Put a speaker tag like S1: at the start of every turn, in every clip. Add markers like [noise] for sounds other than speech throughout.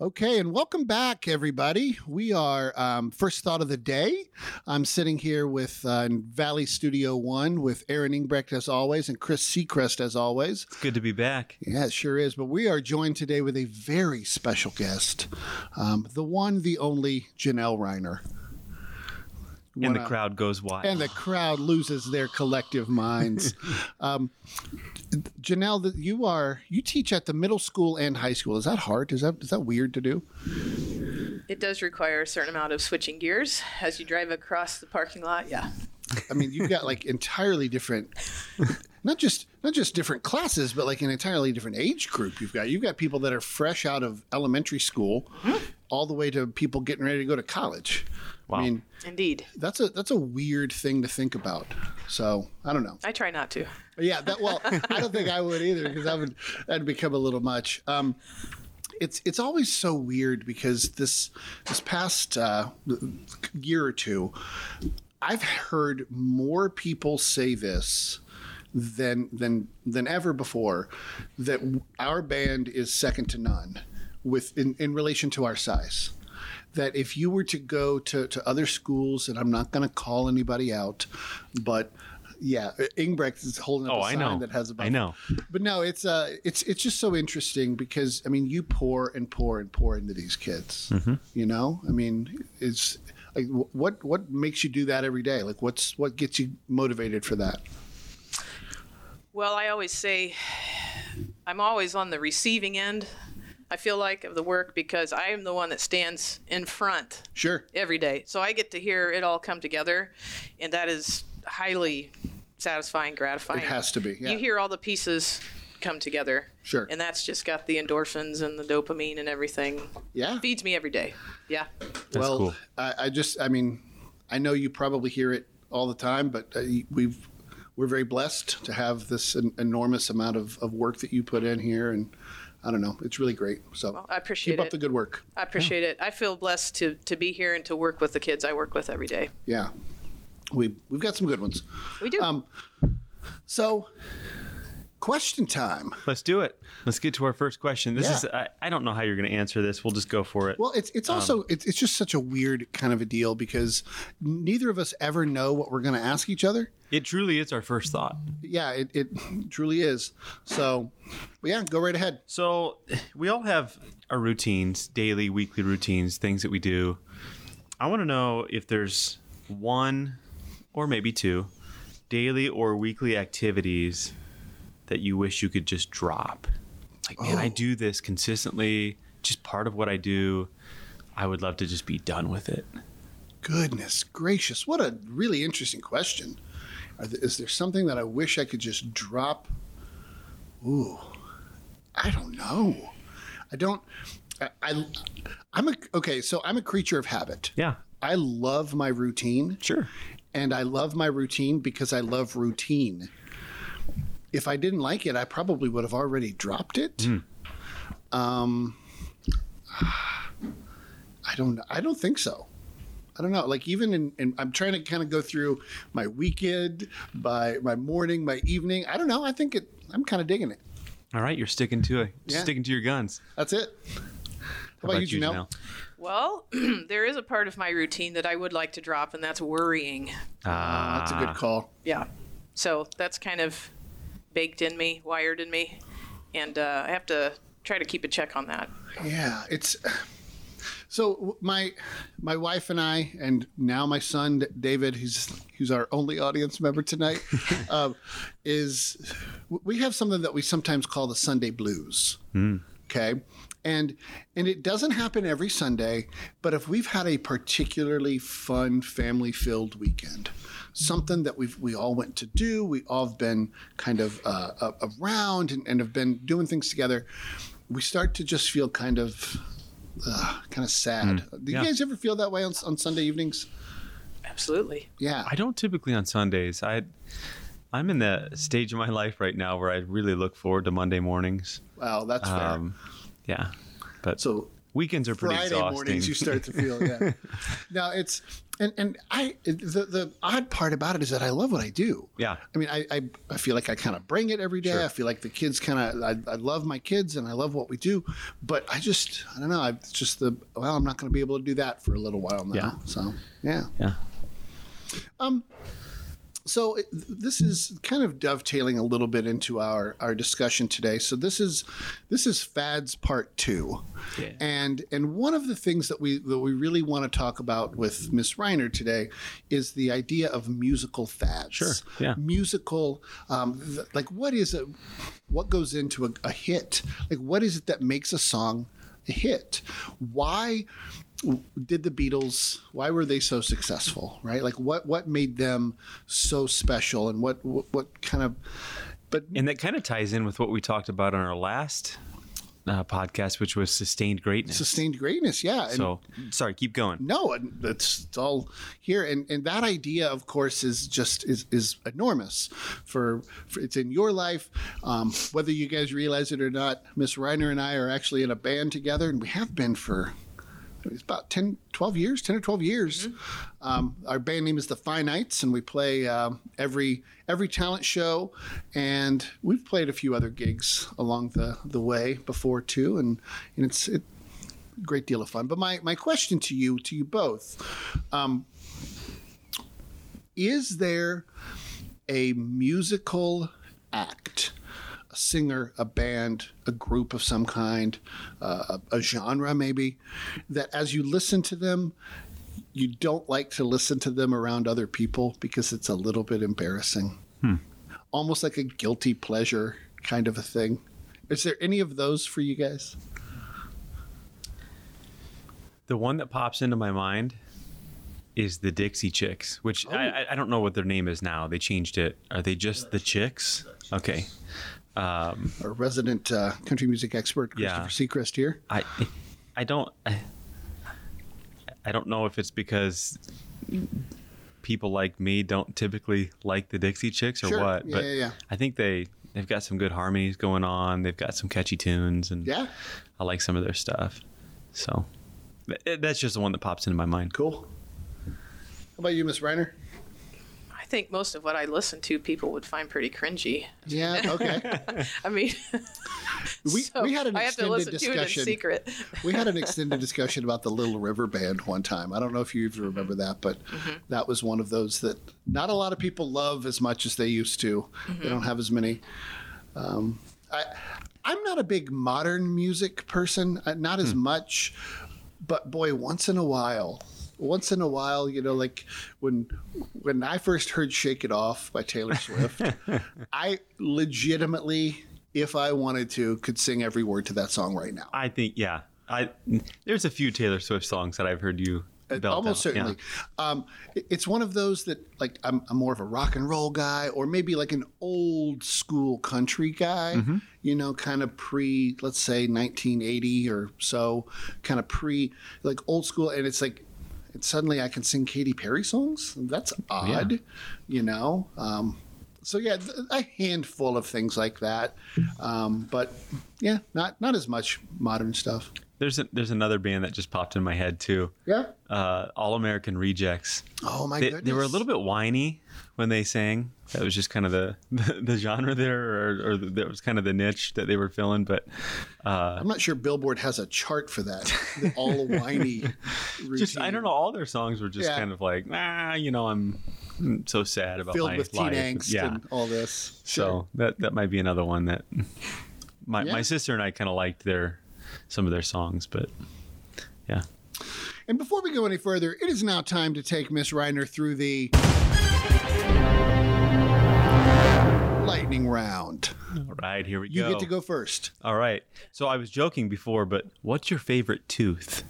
S1: Okay, and welcome back, everybody. We are um, first thought of the day. I'm sitting here with uh, in Valley Studio One with Aaron Ingbrecht as always and Chris Seacrest as always.
S2: It's good to be back.
S1: Yeah, it sure is. But we are joined today with a very special guest, um, the one, the only Janelle Reiner.
S2: And the
S1: Wanna-
S2: crowd goes wild.
S1: and the crowd loses their collective minds. um, Janelle, that you are you teach at the middle school and high school. Is that hard? Is that is that weird to do?
S3: It does require a certain amount of switching gears as you drive across the parking lot. Yeah.
S1: I mean, you've got like entirely different, not just not just different classes, but like an entirely different age group. You've got you've got people that are fresh out of elementary school, all the way to people getting ready to go to college.
S2: Wow.
S1: I mean,
S3: Indeed.
S1: that's a that's a weird thing to think about. So I don't know.
S3: I try not to.
S1: Yeah, that well, I don't think I would either because that would that'd become a little much. Um, it's it's always so weird because this this past uh, year or two, I've heard more people say this than than than ever before that our band is second to none with in, in relation to our size that if you were to go to, to other schools, and I'm not going to call anybody out, but yeah, Ingbrecht is holding up
S2: Oh,
S1: a
S2: I
S1: sign
S2: know.
S1: that has about.
S2: I know.
S1: but no, it's uh, it's it's just so interesting because I mean, you pour and pour and pour into these kids. You know, I mean, it's like wh- what what makes you do that every day? Like, what's what gets you motivated for that?
S3: Well, I always say I'm always on the receiving end, I feel like, of the work because I am the one that stands in front
S1: Sure.
S3: every day. So I get to hear it all come together, and that is highly satisfying, gratifying.
S1: It has to be. Yeah.
S3: You hear all the pieces come together.
S1: Sure.
S3: And that's just got the endorphins and the dopamine and everything.
S1: yeah.
S3: Feeds me every day. Yeah.
S2: That's
S1: well,
S2: cool.
S1: I, I just, I mean, I know you probably hear it all the time, but uh, we've we're very blessed to have this en- enormous amount of, of work that you put in here, and I don't know, it's really great. So
S3: I appreciate
S1: keep up
S3: it.
S1: the good work.
S3: I appreciate it. I feel blessed to to be here and to work with the kids I work with every day.
S1: Yeah, we we've got some good ones.
S3: We do.
S1: Um, so question time.
S2: Let's do it. Let's get to our first question. This
S1: Yeah.
S2: is, I, I don't know how you're going to answer this. We'll just go for it.
S1: Well, it's it's also it's, it's just such a weird kind of a deal because neither of us ever know what we're going to ask each other.
S2: it truly is our first thought.
S1: Yeah, it, [laughs] it truly is. So, but yeah, go right ahead.
S2: So [sighs] we all have our routines, daily, weekly routines, things that we do. I want to know if there's one or maybe two daily or weekly activities that you wish you could just drop. Like, man,
S1: Oh.
S2: I do this consistently, just part of what I do. I would love to just be done with it.
S1: Goodness gracious, what a really interesting question. Are th- is there something that I wish I could just drop? Ooh, I don't know. I don't. I, I I'm a okay. So I'm a creature of habit.
S2: Yeah,
S1: I love my routine.
S2: sure.
S1: and I love my routine because I love routine. If I didn't like it, I probably would have already dropped it. Um, I don't. I don't think so. I don't know. Like even in, in I'm trying to kind of go through my weekend, my my morning, my evening. I don't know. I think it. I'm kind of digging it.
S2: All right, you're sticking to it.
S1: Yeah.
S2: Sticking to your guns.
S1: That's it. How, about, you, Janelle?
S3: well, [clears throat] there is a part of my routine that I would like to drop, and that's worrying.
S2: Ah,
S1: Oh, That's a good call.
S3: Yeah. So that's kind of baked in me, wired in me, and uh, I have to try to keep a check on that.
S1: Yeah, it's so w- my my wife and I, and now my son D- David, who's who's our only audience member tonight, uh, is w- we have something that we sometimes call the Sunday blues. Okay. And and it doesn't happen every Sunday, but if we've had a particularly fun family-filled weekend, something that we've we all went to do, we all have been kind of uh, a- around and, and have been doing things together, we start to just feel kind of uh, kind of sad. Do you
S2: Hmm. yeah.
S1: guys ever feel that way on, on Sunday evenings?
S3: Absolutely.
S1: Yeah.
S2: I don't typically on Sundays. I I'm in the stage of my life right now where I really look forward to Monday mornings.
S1: Wow, that's fair.
S2: Um, yeah, but
S1: So
S2: Weekends are pretty
S1: Friday
S2: exhausting.
S1: mornings you start to feel
S2: [laughs]
S1: yeah. no, it's and and I the the odd part about it is that I love what I do.
S2: Yeah.
S1: I mean, I I, I feel like I kind of bring it every day.
S2: Sure.
S1: I feel like the kids kind of I, I love my kids and I love what we do, but I just I don't know. I it's just the well, I'm not going to be able to do that for a little while now.
S2: Yeah.
S1: So yeah.
S2: yeah.
S1: So it- this is kind of dovetailing a little bit into our our discussion today. So this is this is fads part two,
S2: Yeah.
S1: and and one of the things that we that we really want to talk about with Miss Reiner today is the idea of musical fads. Sure.
S2: yeah.
S1: Musical, um, th- like what is a what goes into a, a hit? Like what is it that makes a song a hit? Why? did the Beatles why were they so successful right like what what made them so special and what what, what kind of but
S2: And that kind of ties in with what we talked about on our last uh, podcast, which was sustained greatness.
S1: sustained greatness yeah and
S2: so, sorry, keep going.
S1: no and that's it's all here and and that idea of course is just is is enormous for, for it's in your life um, whether you guys realize it or not miss reiner and i are actually in a band together and we have been for it's about 10 12 years 10 or 12 years um, our band name is the finites and we play um, every every talent show and we've played a few other gigs along the the way before too and, and it's it, great deal of fun. But my, my question to you, to you both, um, is there a musical act, a singer, a band, a group of some kind, uh, a, a genre maybe, that as you listen to them, you don't like to listen to them around other people because it's a little bit embarrassing? Almost like a guilty pleasure kind of a thing. Is there any of those for you guys?
S2: The one that pops into my mind is the Dixie Chicks, which
S1: Oh.
S2: I, I- I don't know what their name is now. They changed it. Are they just the Chicks? Okay.
S1: our resident uh, country music expert
S2: Yeah.
S1: Christopher Seacrest here.
S2: I I don't I, I don't know if it's because people like me don't typically like the Dixie Chicks or
S1: Sure.
S2: what,
S1: Yeah,
S2: but
S1: yeah, yeah.
S2: I think they they've got some good harmonies going on. They've got some catchy tunes and
S1: Yeah,
S2: I like some of their stuff. So th- that's just the one that pops into my mind.
S1: cool. How about you, Miss Reiner?
S3: [laughs] I think most of what I listen to, people would find pretty cringy.
S1: Yeah, okay.
S3: I mean, [laughs]
S1: We,
S3: so
S1: we had an
S3: I have to
S1: extended
S3: listen to it in
S1: discussion.
S3: secret.
S1: [laughs] we had an extended discussion about the Little River Band one time. I don't know if you even remember that, but that was one of those that not a lot of people love as much as they used to. They don't have as many. Um, I, I'm not a big modern music person, uh, not as much, but boy, once in a while. Once in a while, you know, like when when I first heard "Shake It Off" by Taylor Swift, I legitimately, if I wanted to, could sing every word to that song right now.
S2: I think yeah. I there's a few Taylor Swift songs that I've heard you belt
S1: Uh, almost
S2: out. Yeah.
S1: certainly. Um, it- it's one of those that like I'm, I'm more of a rock and roll guy, or maybe like an old school country guy.
S2: Mm-hmm.
S1: You know, kind of pre, let's say 1980 or so, kind of pre, like old school, and it's like. And suddenly I can sing Katy Perry songs. That's odd, you know. Um, so yeah, th- a handful of things like that, um, but yeah, not not as much modern stuff.
S2: There's a, there's another band that just popped in my head too.
S1: Yeah.
S2: uh, All American Rejects.
S1: Oh my
S2: They,
S1: goodness.
S2: they were a little bit whiny when they sang. That was just kind of the [laughs] the, genre there, or, or that was kind of the niche that they were filling. But uh,
S1: I'm not sure Billboard has a chart for that.
S2: [laughs]
S1: The all whiny routine.
S2: just I don't know. All their songs were just
S1: Yeah.
S2: kind of like, ah, you know, I'm, I'm so sad about
S1: Filled
S2: my
S1: with teen
S2: life.
S1: angst
S2: yeah.
S1: and all this.
S2: So that that might be another one that my
S1: Yeah.
S2: my sister and I kind of liked their some of their songs, but yeah.
S1: And before we go any further, it is now time to take Miss Reiner through the lightning round.
S2: All right, here we
S1: You
S2: go.
S1: get to go first.
S2: All right. So I was joking before, but what's your favorite tooth?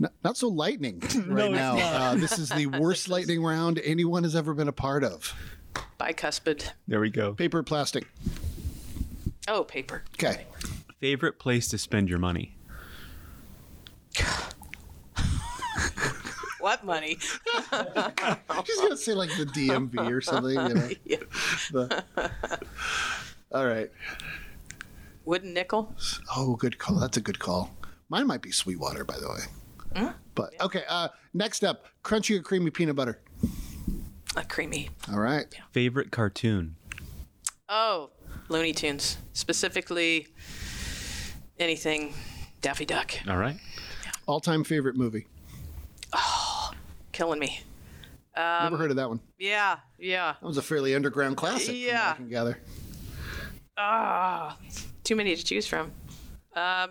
S1: N- not so
S2: [laughs]
S1: lightning right
S2: it's
S1: now. Uh, this is
S2: [laughs]
S1: the worst lightning round anyone has ever been a part of.
S3: Bicuspid.
S2: There we go.
S1: Paper, plastic.
S3: Oh, paper.
S1: Okay.
S2: Favorite place to spend your money?
S3: What money? [laughs]
S2: Oh. [laughs]
S1: She's gonna say like the DMV or something. You know,
S3: Yeah.
S1: the- All right.
S3: Wooden nickel.
S1: Oh, good call. That's a good call. Mine might be Sweetwater, by the way. But okay. Uh, next up, crunchy or creamy peanut butter.
S3: A creamy.
S1: All right.
S2: Favorite cartoon?
S3: Oh, Looney Tunes. Specifically, anything Daffy Duck.
S2: All right.
S1: All-time favorite movie.
S3: Killing me. Um,
S1: Never heard of that one.
S3: Yeah, yeah.
S1: That was a fairly underground classic. from what
S3: Yeah.
S1: I can gather.
S3: Ah, too many to choose from. Um,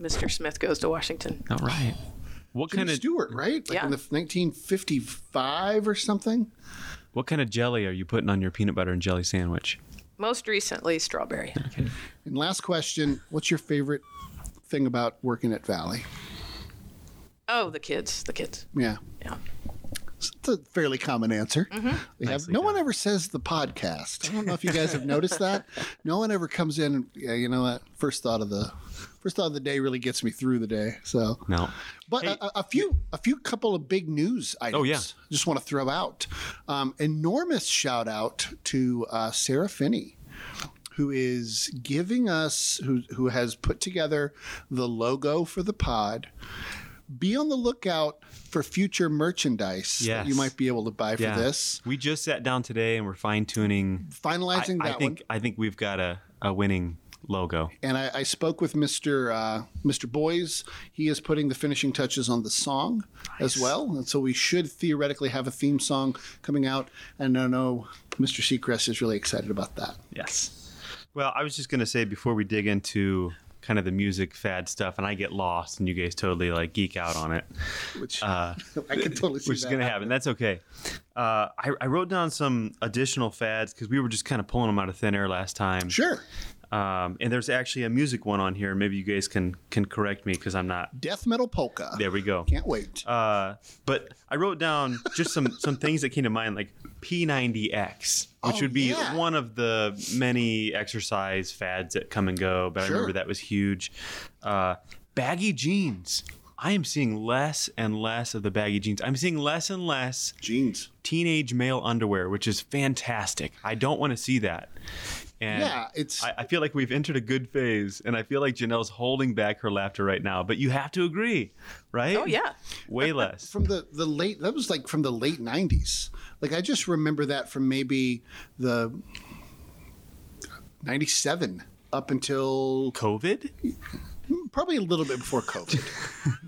S3: Mr. Smith goes to Washington.
S2: All right. What
S1: Jimmy
S2: kind of
S1: Stewart, right? Like
S3: Yeah.
S1: in the 1955 or something.
S2: what kind of jelly are you putting on your peanut butter and jelly sandwich?
S3: Most recently, strawberry.
S1: And last question, what's your favorite thing about working at Valley?
S3: Oh, the kids, the kids.
S1: Yeah.
S3: Yeah.
S1: It's a fairly common answer. We have,
S2: Nicely
S1: no one ever says the podcast. I don't know if you guys have noticed that. No one ever comes in. And, yeah, you know what? First thought of the first thought of the day really gets me through the day. So,
S2: No.
S1: but a, a- a few, a few couple of big news items.
S2: Oh, yeah.
S1: Just want to throw out um, enormous shout out to uh, Sarah Finney. Who is giving us who who has put together the logo for the pod? Be on the lookout for future merchandise that you
S2: Yes.
S1: might be able to buy for
S2: Yeah.
S1: this.
S2: We just sat down today and we're fine tuning.
S1: Finalizing that
S2: I
S1: one.
S2: think I think we've got a, a winning logo.
S1: and I, I spoke with Mr. Uh, Mr. Boys. He is putting the finishing touches on the song as well, and so we should theoretically have a theme song coming out. And I know Mr. Seacrest is really excited about that.
S2: Yes. Well, I was just gonna say before we dig into kind of the music fad stuff, and I get lost, and you guys totally like geek out on it,
S1: Which [laughs] I can totally see.
S2: which is
S1: that.
S2: Uh, gonna happen. That's okay. Uh, I, I wrote down some additional fads because we were just kind of pulling them out of thin air last time.
S1: Sure,
S2: Um, and there's actually a music one on here. Maybe you guys can can correct me because I'm not.
S1: death metal polka.
S2: There we go.
S1: Can't wait.
S2: Uh, but I wrote down just some some things that came to mind, like P90X, which
S1: Oh,
S2: would be
S1: yeah.
S2: one of the many exercise fads that come and go. But I
S1: Sure.
S2: remember that was huge. Uh, baggy jeans. I am seeing less and less of the baggy jeans. I'm seeing less and less
S1: Jeans.
S2: teenage male underwear, which is fantastic. I don't want to see that. And
S1: Yeah, it's-
S2: I, I feel like we've entered a good phase, and I feel like Janelle's holding back her laughter right now. But you have to agree, right?
S3: Oh, yeah.
S1: [laughs]
S2: way less.
S1: from the the late that was like from the late 90s like i just remember that from maybe the 97 up until
S2: COVID?
S1: probably a little bit before covid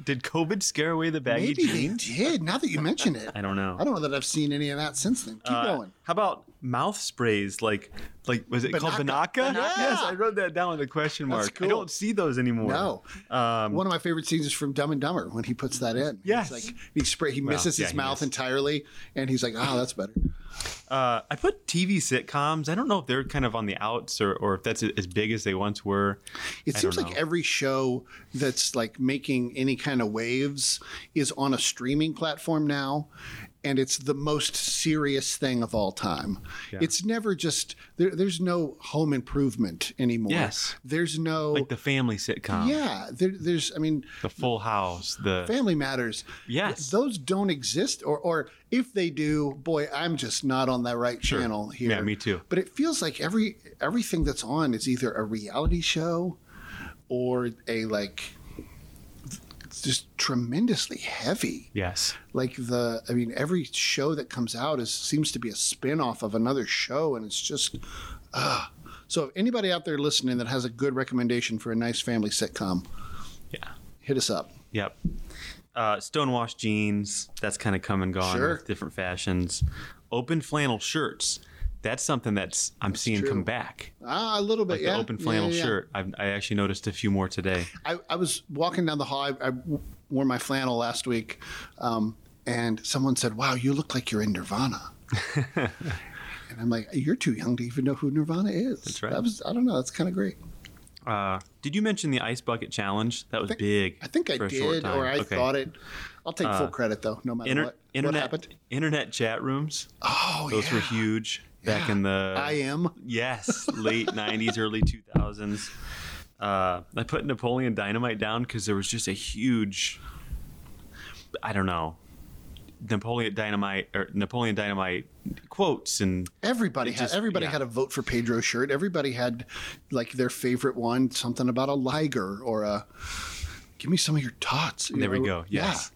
S2: Did COVID scare away the baggy
S1: Maybe they
S2: jeans?
S1: did. Now that you mention it,
S2: [laughs] I don't know.
S1: I don't know that I've seen any of that since then. Keep
S2: Uh,
S1: going.
S2: How about mouth sprays? Like, like was it called
S1: Banaka.
S2: Banaka?
S1: Banaka.
S2: Yes, I wrote that down with a question mark.
S1: That's
S2: I
S1: cool.
S2: don't see those anymore.
S1: No,
S2: Um,
S1: one of my favorite scenes is from Dumb and Dumber when he puts that in.
S2: Yes.
S1: he's like he spray he misses
S2: yeah,
S1: his
S2: he
S1: mouth
S2: missed.
S1: entirely, and he's like, "Oh, that's better."
S2: Uh, I put TV sitcoms. I don't know if they're kind of on the outs or, or if that's as big as they once were.
S1: It
S2: I
S1: seems
S2: don't
S1: like
S2: know.
S1: every show that's like making any kind of waves is on a streaming platform now, and it's the most serious thing of all time. It's never just there, there's no Home Improvement anymore.
S2: Yes.
S1: there's no
S2: like the family sitcom,
S1: yeah. There, there's I mean.
S2: the Full House, the
S1: Family Matters.
S2: Yes.
S1: Those don't exist, or or if they do, boy, I'm just not on that right channel here.
S2: Yeah, me too.
S1: But it feels like every everything that's on is either a reality show or a like it's just tremendously heavy.
S2: yes,
S1: Like the I mean, every show that comes out is seems to be a spin-off of another show, and it's just ah. So if anybody out there listening that has a good recommendation for a nice family sitcom,
S2: yeah,
S1: hit us up.
S2: yep. Uh, stonewashed jeans. That's kind of come and gone
S1: Sure.
S2: with different fashions. Open flannel shirts. That's something that's I'm seeing
S1: true.
S2: come back.
S1: Ah, a little bit,
S2: Like
S1: yeah.
S2: the open
S1: Yeah,
S2: flannel
S1: yeah, yeah.
S2: shirt. I've, I actually noticed a few more today.
S1: I, I was walking down the hall. I, I wore my flannel last week, um, and someone said, "Wow, you look like you're in
S2: [laughs]
S1: Nirvana." and I'm like, "You're too young to even know who Nirvana is." That's
S2: right.
S1: That was, I don't know. That's kind of great.
S2: Uh, did you mention the ice bucket challenge? That was big.
S1: I think I
S2: for a short
S1: did,
S2: time.
S1: or I
S2: Okay. Uh,
S1: thought it. I'll take full credit though, no matter
S2: Inter-
S1: what, what
S2: internet
S1: happened.
S2: internet chat rooms.
S1: Oh,
S2: Those
S1: yeah.
S2: were huge back in the
S1: I am.
S2: yes late
S1: [laughs]
S2: '90s, early 2000s. Uh, I put Napoleon Dynamite down because there was just a huge. I don't know. Napoleon Dynamite or Napoleon Dynamite quotes and
S1: Everybody
S2: It
S1: had
S2: just-
S1: everybody
S2: yeah.
S1: had a vote for Pedro shirt. Everybody had like their favorite one, something about a liger or a. Give me some of your tots. you
S2: there we
S1: know?
S2: go.
S1: Yeah.
S2: Yes.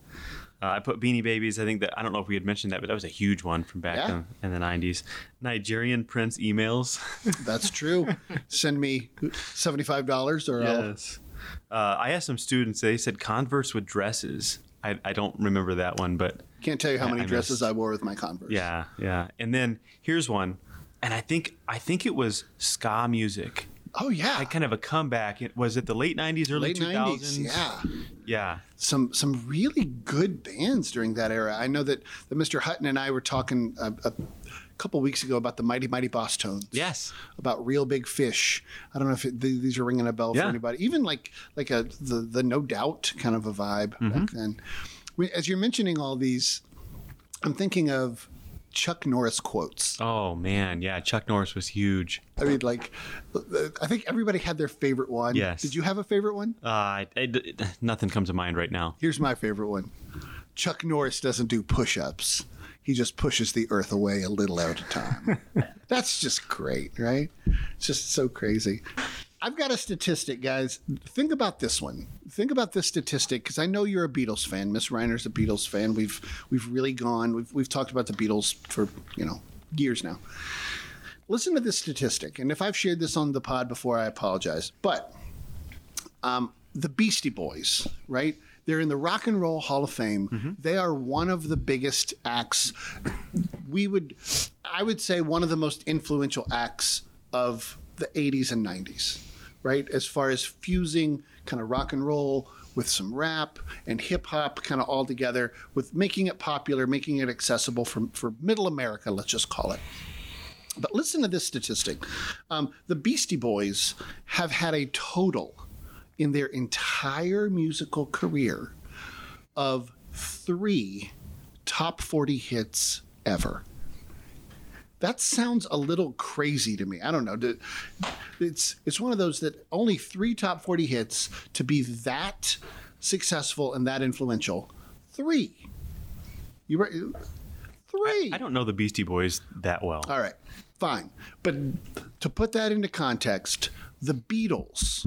S2: Uh, I put Beanie Babies. I think that I don't know if we had mentioned that, but that was a huge one from back
S1: Yeah.
S2: then in the '90s. Nigerian
S1: [laughs]
S2: prince emails.
S1: That's
S2: [laughs]
S1: true. Send me seventy-five dollars, or I'll,
S2: Uh, I asked some students. They said Converse with dresses. I, I don't remember that one, but
S1: can't tell you how
S2: Yeah,
S1: many
S2: I
S1: dresses
S2: missed.
S1: I wore with my Converse.
S2: yeah, yeah. And then here's one, and I think I think it was ska music.
S1: Oh yeah.
S2: Like kind of a comeback. It was it the late '90s, early
S1: Late
S2: 2000s?
S1: nineties. Yeah.
S2: yeah.
S1: Some some really good bands during that era. I know that, that Mr. Hutton and I were talking a, a couple weeks ago about the Mighty Mighty Boss Tones.
S2: Yes.
S1: about real big fish. I don't know if it, th- these are ringing a bell for
S2: Yeah.
S1: anybody. Even like like a the the no doubt kind of a vibe back
S2: Mm-hmm.
S1: then. We, as you're mentioning all these, I'm thinking of Chuck Norris quotes.
S2: Oh man, yeah. Chuck Norris was huge.
S1: I mean, like uh, I think everybody had their favorite one.
S2: Yes.
S1: Did you have a favorite one?
S2: Uh, I, I- nothing comes to mind right now.
S1: Here's my favorite one. Chuck Norris doesn't do push-ups. He just pushes the earth away a little at a time. That's just great, right? It's just so crazy. I've got a statistic, guys. Think about this one. Think about this statistic because I know you're a Beatles fan. Miss Reiner's a Beatles fan. We've we've really gone. We've we've talked about the Beatles for you know years now. Listen to this statistic, and if I've shared this on the pod before, I apologize. But the Beastie Boys, right? They're in the Rock and Roll Hall of Fame. They are one of the biggest acts. We would, I would say, one of the most influential acts of the 80s and 90s, right? As far as fusing kind of rock and roll with some rap and hip hop kind of all together, with making it popular, making it accessible for, for middle America, let's just call it. But listen to this statistic. Um, the Beastie Boys have had a total in their entire musical career of three top 40 hits ever. That sounds a little crazy to me. I don't know. Do- It's it's one of those that only three top 40 hits to be that successful and that influential. Three. You were three.
S2: I don't know the Beastie Boys that well.
S1: All right, fine. But to put that into context, the Beatles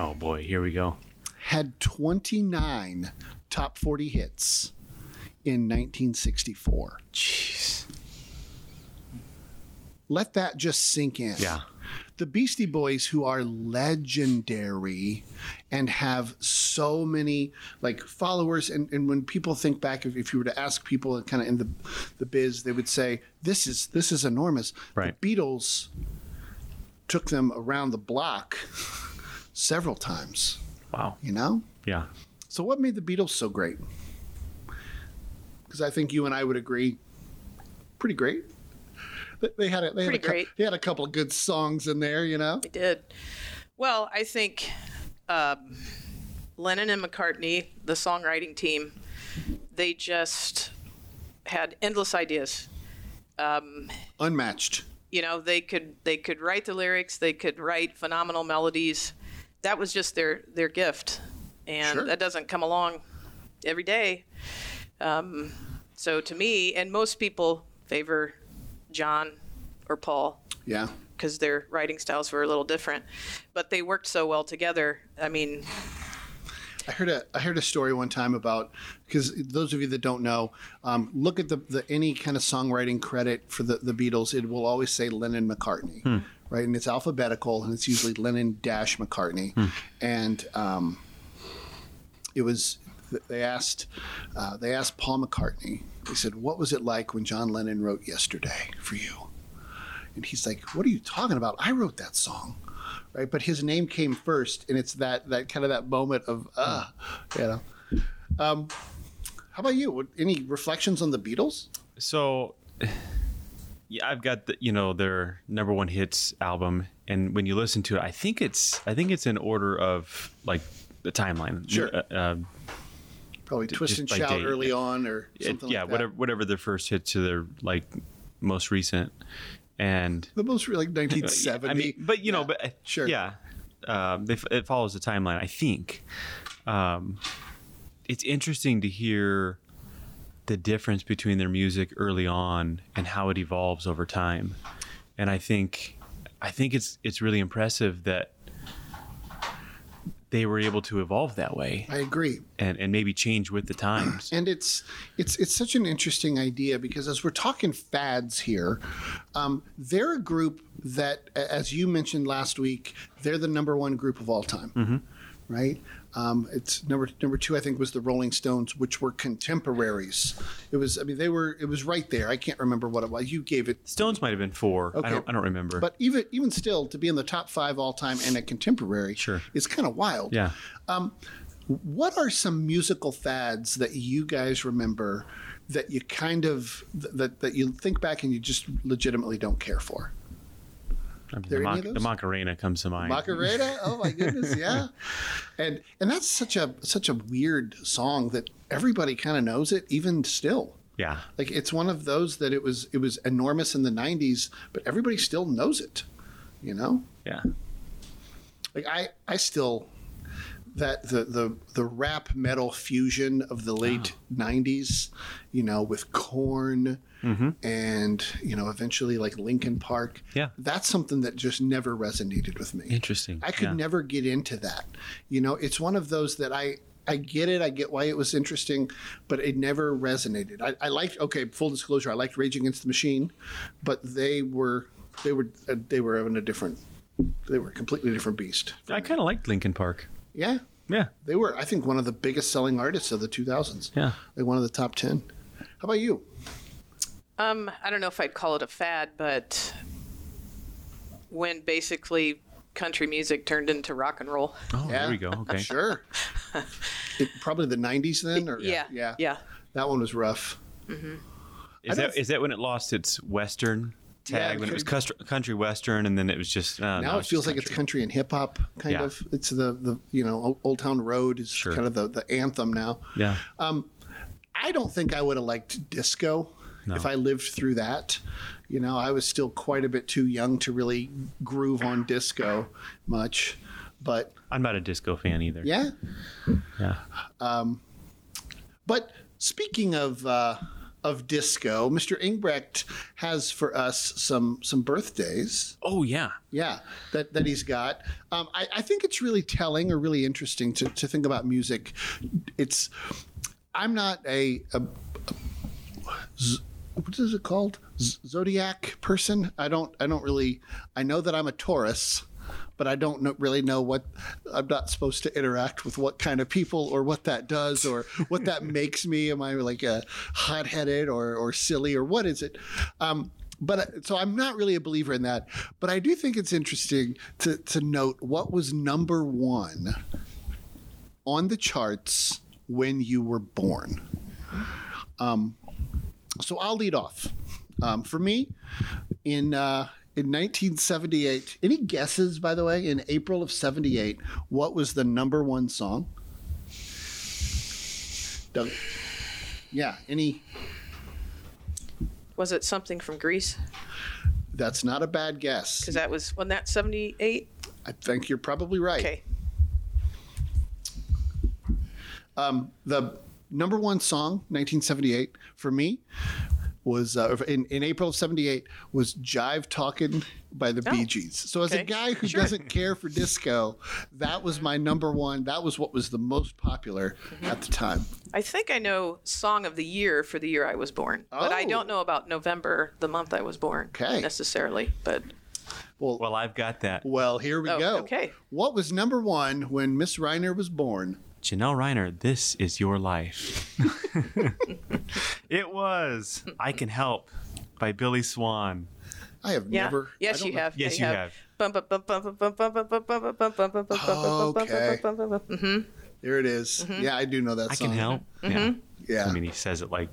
S2: Oh boy, here we go.
S1: had 29 top 40 hits in 1964.
S2: Jeez.
S1: Let that just sink in.
S2: Yeah.
S1: The Beastie Boys, who are legendary and have so many like followers, and, and when people think back, if, if you were to ask people kind of in the the biz, they would say, This is this is enormous.
S2: Right.
S1: The Beatles took them around the block several times,
S2: Wow.
S1: you know?
S2: Yeah.
S1: So, what made the Beatles so great? Because I think you and I would agree, pretty great. They- They had a, they had a,
S3: Pretty
S1: cou-
S3: great.
S1: They had a couple of good songs in there, you know.
S3: I did. Well, I think um, Lennon and McCartney, the songwriting team, they just had endless ideas.
S1: Unmatched.
S3: You know, they could they could write the lyrics, they could write phenomenal melodies. That was just their their gift, and
S1: Sure.
S3: that doesn't come along every day. Um, so to me, and most people favor John or Paul
S1: Yeah.
S3: because their writing styles were a little different, but they worked so well together. I mean,
S1: I heard a I heard a story one time about because those of you that don't know, um, look at the, the any kind of songwriting credit for the, the Beatles. It will always say Lennon McCartney, right? And it's alphabetical, and it's usually Lennon dash McCartney, and um, it was they asked uh, they asked Paul McCartney. They said, "What was it like when John Lennon wrote Yesterday for you?" And he's like, "What are you talking about? I wrote that song." right? But his name came first, and it's that that kind of that moment of uh, you know. Um, how about you? What- Any reflections on the Beatles?
S2: So, [sighs] yeah, I've got the you know their number one hits album, and when you listen to it, I think it's I think it's in order of like the timeline.
S1: Sure.
S2: Uh, uh,
S1: Probably twist
S2: just
S1: and
S2: by
S1: shout
S2: date,
S1: early
S2: yeah.
S1: on, or
S2: it-
S1: something.
S2: yeah,
S1: like that.
S2: whatever whatever their first hit to their like most recent, and
S1: The most like 1970.
S2: [laughs] I mean, but you know,
S1: Yeah.
S2: but uh,
S1: Sure.
S2: yeah, um, they, f- it follows the timeline. I think um, it's interesting to hear the difference between their music early on and how it evolves over time. And I think I think it's it's really impressive that they were able to evolve that way
S1: I agree.
S2: and, and maybe change with the times. [clears throat]
S1: and it's it's it's such an interesting idea because as we're talking fads here um, they're a group that a- as you mentioned last week they're the number one group of all time right um, it's number number two i think was the rolling stones which were contemporaries it was i mean they were it was right there i can't remember what it was you gave it
S2: Stones might have been four.
S1: Okay.
S2: I don't I don't remember.
S1: but even even still to be in the top five all time and a contemporary
S2: Sure.
S1: is kind of wild
S2: yeah.
S1: what are some musical fads that you guys remember that you kind of th- that that you think back and you just legitimately don't care for?
S2: I mean,
S1: there any
S2: the, Mac-
S1: of those?
S2: the Macarena comes to mind.
S1: Macarena? Oh my goodness, yeah. And and that's such a such a weird song that everybody kind of knows it even still.
S2: yeah.
S1: Like it's one of those that it was it was enormous in the 90s, but everybody still knows it, you know?
S2: Yeah.
S1: like I I still that the the the rap metal fusion of the late
S2: Ah.
S1: '90s, you know, with Corn and you know eventually like Linkin Park.
S2: Mm-hmm. Yeah.
S1: that's something that just never resonated with me.
S2: Interesting.
S1: I could
S2: Yeah.
S1: never get into that. You know, it's one of those that I I get it. I get why it was interesting, but it never resonated. I, I liked okay. Full disclosure, I liked Rage Against the Machine, but they were they were uh, they were having a different they were a completely different beast.
S2: I kinda liked Linkin Park.
S1: Yeah,
S2: Yeah.
S1: they were. I think one of the biggest selling artists of the 2000s.
S2: Yeah.
S1: like one of the top ten. How about you?
S3: Um, I don't know if I'd call it a fad, but when basically country music turned into rock and roll.
S2: Oh,
S1: Yeah.
S2: there we go. Okay.
S3: [laughs]
S1: Sure. it, probably the 90s then, or
S3: Yeah.
S1: yeah,
S3: Yeah.
S1: That one was rough.
S2: Is
S1: don't
S2: that is that when it lost its western
S1: Yeah,
S2: tag
S1: it
S2: when it was
S1: could-
S2: cust- country western and then it was just uh,
S1: now it feels like it's country and hip hop kind
S2: Yeah.
S1: of. It's the the you know Old- Old Town Road is
S2: Sure.
S1: kind of the the anthem now.
S2: yeah
S1: I don't think I would have liked disco if I lived through that. You know, I was still quite a bit too young to really groove on disco much. But
S2: I'm not a disco fan either
S1: yeah,
S2: yeah
S1: But speaking of uh, of disco, Mr. Ingbrecht has for us some some birthdays.
S2: oh yeah
S1: Yeah, that that he's got. Um, I, I think it's really telling or really interesting to to think about music. It's I'm not a, a, a- z- what is it called Z- zodiac person. I don't I don't really I know that I'm a Taurus. But I don't know, really know what I'm not supposed to interact with what kind of people or what that does or what that makes me. Am I like a hot headed or, or silly or what is it? Um, but I- so I'm not really a believer in that. But I do think it's interesting to, to note what was number one on the charts when you were born. Um, so I'll lead off. Um, for me, in uh, in 1978, any guesses? By the way, in April of '78, what was the number one song? Doug- yeah, any
S3: Was it something from Greece?
S1: That's not a bad guess.
S3: Because that was when that 78.
S1: I think you're probably right.
S3: Okay.
S1: The number one song, 1978, for me was uh, in, in April of 78 was Jive Talkin' by the Bee Gees. So as a
S3: Oh, okay.
S1: guy who doesn't care for disco, that was my number one. That was what was the most popular at the time.
S3: I think I know song of the year for the year I was born, but I
S1: Oh.
S3: don't know about November, the month I was born,
S1: Okay.
S3: necessarily. But
S1: Well, well,
S2: well I've got that
S1: here we
S3: Oh,
S1: go.
S3: okay.
S1: What was number one when Miss Reiner was born?
S2: Janelle Reiner this is your life [laughs] it was I can help by Billy Swan
S1: I have
S3: yeah,
S1: never. I
S3: yes,
S1: don't
S3: you
S1: know-
S3: have.
S2: Yes,
S3: Yeah,
S2: you
S3: Bum, bum, bum, bum, bum, bum, bum, bum, bum, bum, bum, bum, bum, bum, bum, bum,
S1: Okay.
S3: bum, bum, bum, bum. Mhm.
S1: There it is.
S3: Mm-hmm.
S1: Yeah, I do know that
S2: I
S1: song.
S2: can help yeah
S1: Mm-hmm. Yeah,
S2: I mean he says it like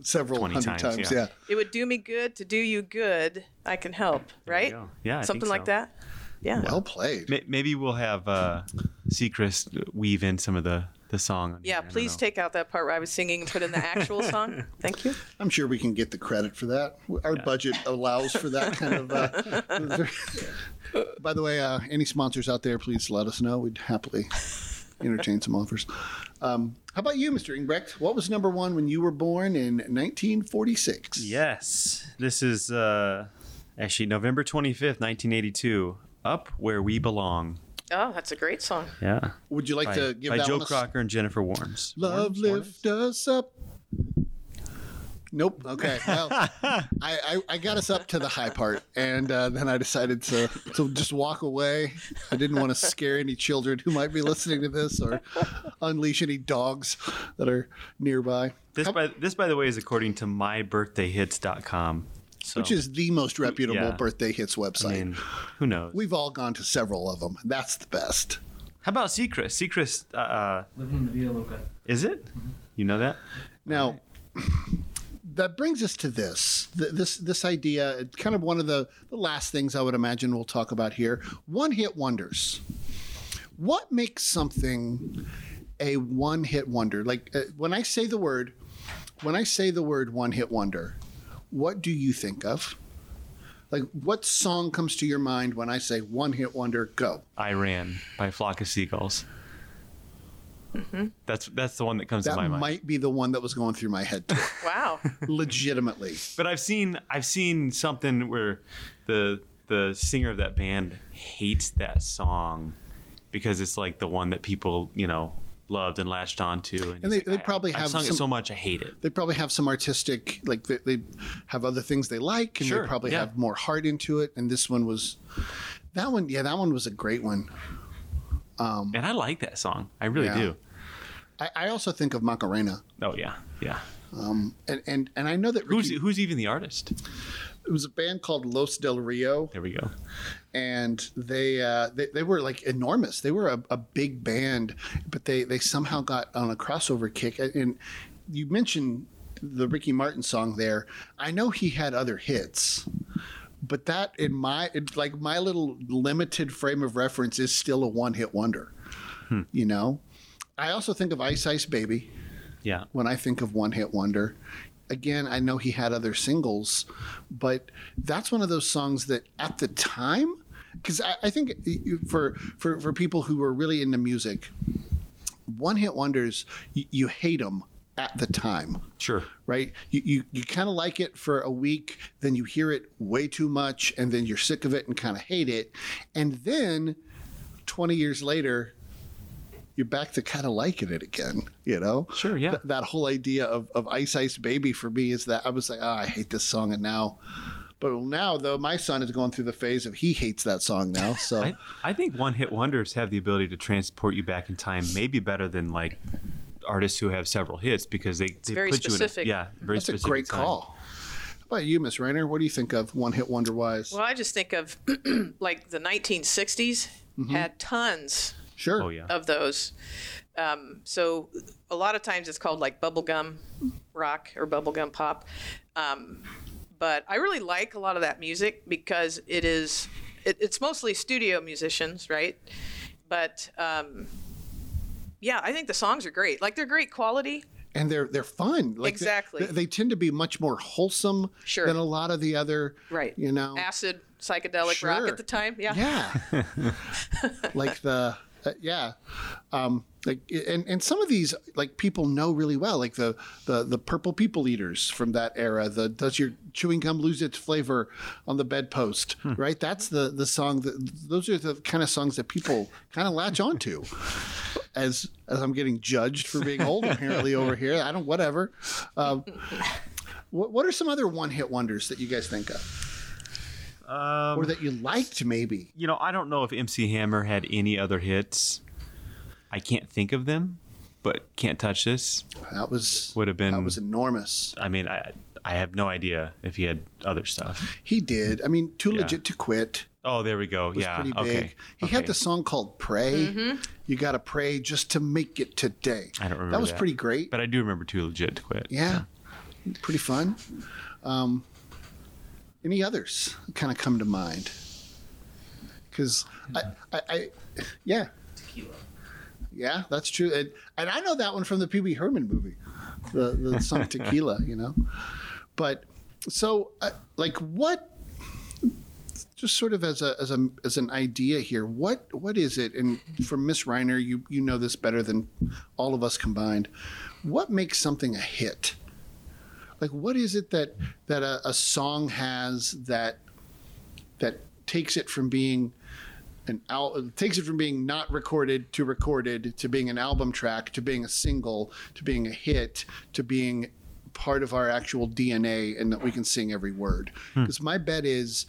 S1: several
S2: 20
S1: hundred times.
S2: times, yeah.
S1: yeah.
S3: It would do me good to do you good. I can help, right?
S2: go. Yeah, I think
S3: something like
S2: so.
S3: that. Yeah.
S1: Well played.
S2: May- maybe we'll have uh Seacrest weave in some of the the song
S3: yeah, please take out that part where I was singing and put in the
S2: [laughs]
S3: actual song. Thank you.
S1: I'm sure we can get the credit for that. Our budget allows for that kind of. Uh, By the way, uh, any sponsors out there, please let us know. We'd happily entertain some offers. Um, how about you, Mr. Ingbrecht? What was number one when you were born in 1946?
S2: Yes. This is uh, actually November 25th, 1982. Up Where We Belong.
S3: Oh, that's a great song.
S2: Yeah.
S1: Would you like
S2: By,
S1: to give
S2: by
S1: that
S2: Joe
S1: one a s-
S2: Crocker and Jennifer Warnes.
S1: Love
S2: Warnes? Warnes?
S1: lift us up. Nope. Okay. Well, I, I, I got us up to the high part, and uh, then I decided to to just walk away. I didn't want to scare any children who might be listening to this, or unleash any dogs that are nearby.
S2: This by this by the way is according to mybirthdayhits.com. So,
S1: Which is the most reputable
S2: Oh. Yeah.
S1: birthday hits website.
S2: I mean, who knows?
S1: We've all gone to several of them. That's the best.
S2: How about Secret? Secret uh, uh
S4: Living in the Villa Loca. Mm-hmm.
S2: is it? You know that?
S1: Now, [clears throat] that brings us to this Th- this this idea. it's Kind of one of the, the last things I would imagine we'll talk about here. One hit wonders. What makes something a one hit wonder? Like uh, when I say the word, when I say the word one hit wonder, what do you think of? Like what song comes to your mind when I say one hit wonder? Go.
S2: Iran by Flock of Seagulls. That's that's the one that comes to
S1: That
S2: my mind.
S1: might be the one that was going through my
S2: [laughs]
S1: head, too,
S3: Wow.
S1: legitimately.
S2: But I've seen I've seen something where the the singer of that band hates that song because it's like the one that people you know loved and latched onto. And, he's
S1: they-
S2: like,
S1: they
S2: "I-
S1: probably
S2: I've
S1: have
S2: sung
S1: some-
S2: it so much I hate it.
S1: they probably have some artistic like they, they have other things they like and
S2: Sure,
S1: they probably
S2: yeah.
S1: have more heart into it and this one was that one yeah that one was a great one
S2: And I like that song. I really
S1: Um, Yeah.
S2: do.
S1: i, I also think of macarena
S2: Oh yeah, yeah.
S1: and and, and i know that
S2: Who's
S1: Ricky-
S2: who's even the artist?
S1: it was a band called los del rio
S2: There we go.
S1: and they uh, they, they were like enormous. They were a, a big band, but they they somehow got on a crossover kick. And- And you mentioned the Ricky Martin song there. I know he had other hits, but that in my in, like my little limited frame of reference is still a one hit wonder. You know, I also think of Ice Ice Baby
S2: Yeah.
S1: when I think of One Hit Wonder. Again, I know he had other singles, but that's one of those songs that at the time, because I, I think you- for, for for people who were really into music, one hit wonders you, you hate them at the time,
S2: Sure.
S1: right? You you, you kind of like it for a week, then you hear it way too much, and then you're sick of it and kind of hate it, and then twenty years later, you're back to kind of liking it again, you know?
S2: Sure, yeah.
S1: Th- that whole idea of, of Ice Ice Baby for me is that I was like, oh, I hate this song. And now, but now though, my son is going through the phase of he hates that song now.
S2: [laughs]
S1: So
S2: I, I think one hit wonders have the ability to transport you back in time, maybe better than like artists who have several hits because they, they
S3: very
S2: put
S3: specific.
S2: you in a, yeah, very
S1: that's a
S2: specific
S1: great
S2: time.
S1: call. How about you, Miss Rainer? What do you think of One Hit Wonder Wise?
S3: Well, I just think of [clears throat] like the 1960s had tons
S1: sure.
S2: Oh yeah,
S3: of those. Um, so a lot of times it's called like bubblegum rock or bubblegum pop. Um, but I really like a lot of that music because it is, it, it's mostly studio musicians, right? But um, yeah, I think the songs are great. Like they're great quality.
S1: And they're they're fun. Like they-
S3: Exactly.
S1: They, they tend to be much more wholesome
S3: Sure.
S1: than a lot of the other.
S3: Right.
S1: You know.
S3: Acid, psychedelic rock
S1: Oh. Sure.
S3: at the time. Yeah.
S1: Yeah. [laughs] like the uh, yeah. Um like and and some of these like people know really well like the the the purple people eaters from that era the does your chewing gum lose its flavor on the bedpost right that's the the song that those are the kind of songs that people kind of latch onto as as I'm getting judged for being old apparently over here I don't whatever um, what what are some other one hit wonders that you guys think of or that you liked maybe
S2: you know I don't know if MC Hammer had any other hits. I can't think of them, but can't touch this
S1: That was
S2: would have
S1: that
S2: been.
S1: was enormous.
S2: I mean, I I have no idea if he had other stuff.
S1: He did. I mean, too
S2: Yeah.
S1: legit to quit.
S2: Oh, there we go.
S1: Was
S2: yeah.
S1: pretty
S2: okay.
S1: big. He had
S2: Okay.
S1: the song called "Pray." You got to pray just to make it today.
S2: I don't remember
S1: That was
S2: that.
S1: pretty great.
S2: But I do remember Too Legit to Quit.
S1: yeah. pretty fun. Um, any others kind of come to mind? Because I, I, I, yeah,
S4: Tequila.
S1: yeah, that's true. And, and I know that one from the Pee Wee Herman movie, the, the song Tequila, you know. But so, uh, like, what just sort of as a as a as an idea here, what what is it? And from Miss Reiner, you you know this better than all of us combined. What makes something a hit? Like, what is it that that a, a song has that that takes it from being an al- takes it from being not recorded to recorded to being an album track to being a single to being a hit to being part of our actual DNA and that we can sing every word. Because my bet is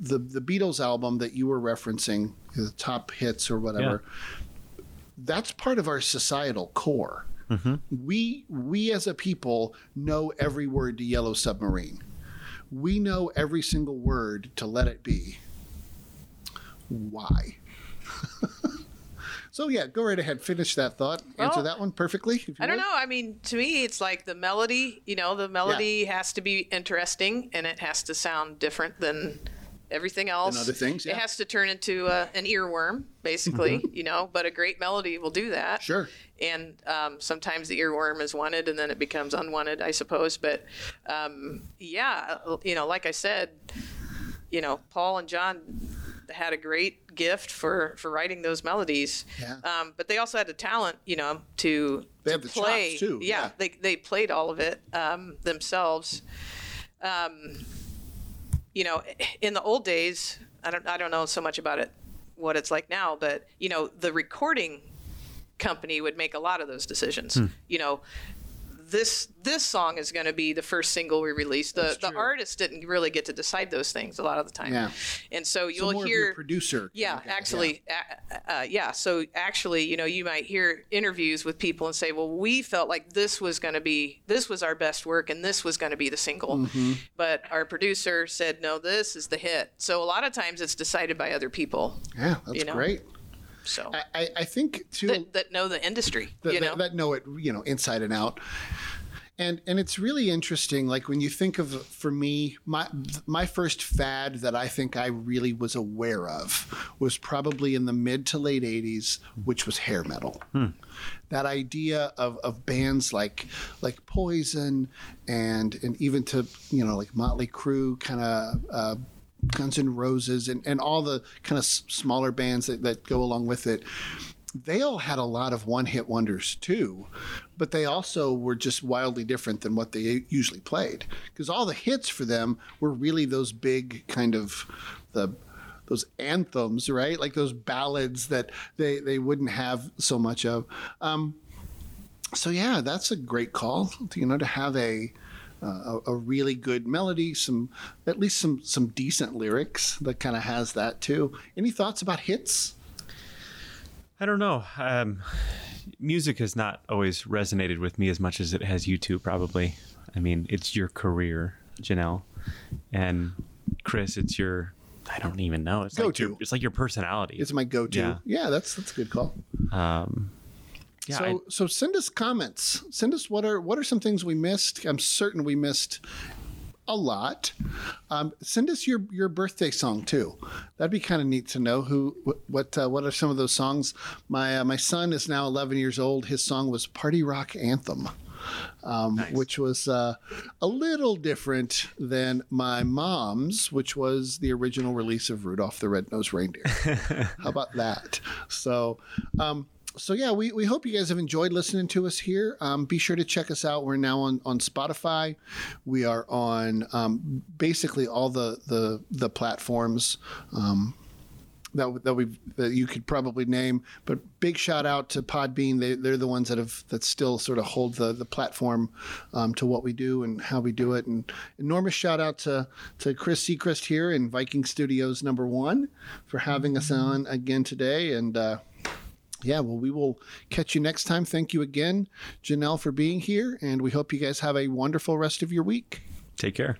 S1: the the Beatles album that you were referencing, the top hits or whatever, that's part of our societal core. We we as a people know every word to Yellow Submarine. We know every single word to Let It Be. Why? [laughs] so yeah, go right ahead. Finish that thought. Answer
S3: Well,
S1: that one perfectly. if you
S3: I don't
S1: would.
S3: know. I mean, to me, it's like the melody. You know, the melody has to be interesting, and it has to sound different than everything else.
S1: other things, yeah.
S3: It has to turn into uh, an earworm,
S1: [laughs]
S3: basically. You know, but a great melody will do that.
S1: Sure.
S3: And um, sometimes the earworm is wanted, and then it becomes unwanted, I suppose. But um, yeah, you know, like I said, you know, Paul and John had a great gift for for writing those melodies.
S1: Yeah.
S3: Um, but they also had the talent, you know, to
S1: They
S3: to
S1: had the chops,
S3: play.
S1: too,
S3: Yeah,
S1: yeah.
S3: they they played all of it um, themselves. Um, you know, in the old days, I don't I don't know so much about it what it's like now, but you know, the recording company would make a lot of those decisions.
S1: Hmm.
S3: You know, this this song is going to be the first single we release. The the
S1: true.
S3: artist didn't really get to decide those things a lot of the time.
S1: Yeah.
S3: And so
S1: So
S3: you'll
S1: more of your
S3: hear
S1: producer.
S3: yeah,
S1: Okay,
S3: actually, a- Uh, yeah. So actually, you know, you might hear interviews with people and say, "Well, we felt like this was going to be this was our best work, and this was going to be the single,"
S1: Mm-hmm.
S3: but our producer said, "No, this is the hit." So a lot of times, it's decided by other people,
S1: Yeah, that's
S3: you know?
S1: great.
S3: so
S1: I- I, I think too
S3: that, that know the industry,
S1: that,
S3: you know.
S1: that, that know it you know inside and out and and it's really interesting like when you think of for me my my first fad that i think i really was aware of was probably in the mid to late 80s which was hair metal that idea of, of bands like like poison and and even to you know like motley crue kind of uh, guns N' roses and, and all the kind of s- smaller bands that, that go along with it they all had a lot of one hit wonders too, but they also were just wildly different than what they usually played. Because all the hits for them were really those big kind of the those anthems, right? Like those ballads that they they wouldn't have so much of. Um, so yeah, that's a great call. You know, to have a uh, a a really good melody, some at least some some decent lyrics that kind of has that too. Any thoughts about hits?
S2: I don't know. Um, music has not always resonated with me as much as it has you two, probably. I mean, it's your career, Janelle, and Chris. It's your. I don't even know. It's like
S1: Go-to.
S2: your, It's like your personality.
S1: It's my go-to. Yeah,
S2: Yeah.
S1: that's that's a good call.
S2: um, yeah.
S1: so
S2: I-
S1: so send us comments. Send us what are what are some things we missed. I'm certain we missed a lot. Um, send us your your birthday song too. That'd be kind of neat to know who wh- what uh, what are some of those songs. My uh, my son is now 11 years old. His song was Party Rock Anthem. Um, Which was uh, a little different than my mom's, which was the original release of Rudolph the Red-Nosed Reindeer.
S2: [laughs]
S1: How about that? So, um, so yeah, we, we hope you guys have enjoyed listening to us here. Um, be sure to check us out. We're now on, on Spotify. We are on um, basically all the the the platforms um, that that we that you could probably name. But big shout out to Podbean. They they're the ones that have that still sort of hold the the platform um, to what we do and how we do it. And enormous shout out to to Chris Seacrest here in Viking Studios number one for having us on again today. And uh, yeah, well, we will catch you next time. Thank you again, Janelle, for being here, and we hope you guys have a wonderful rest of your week.
S2: take care.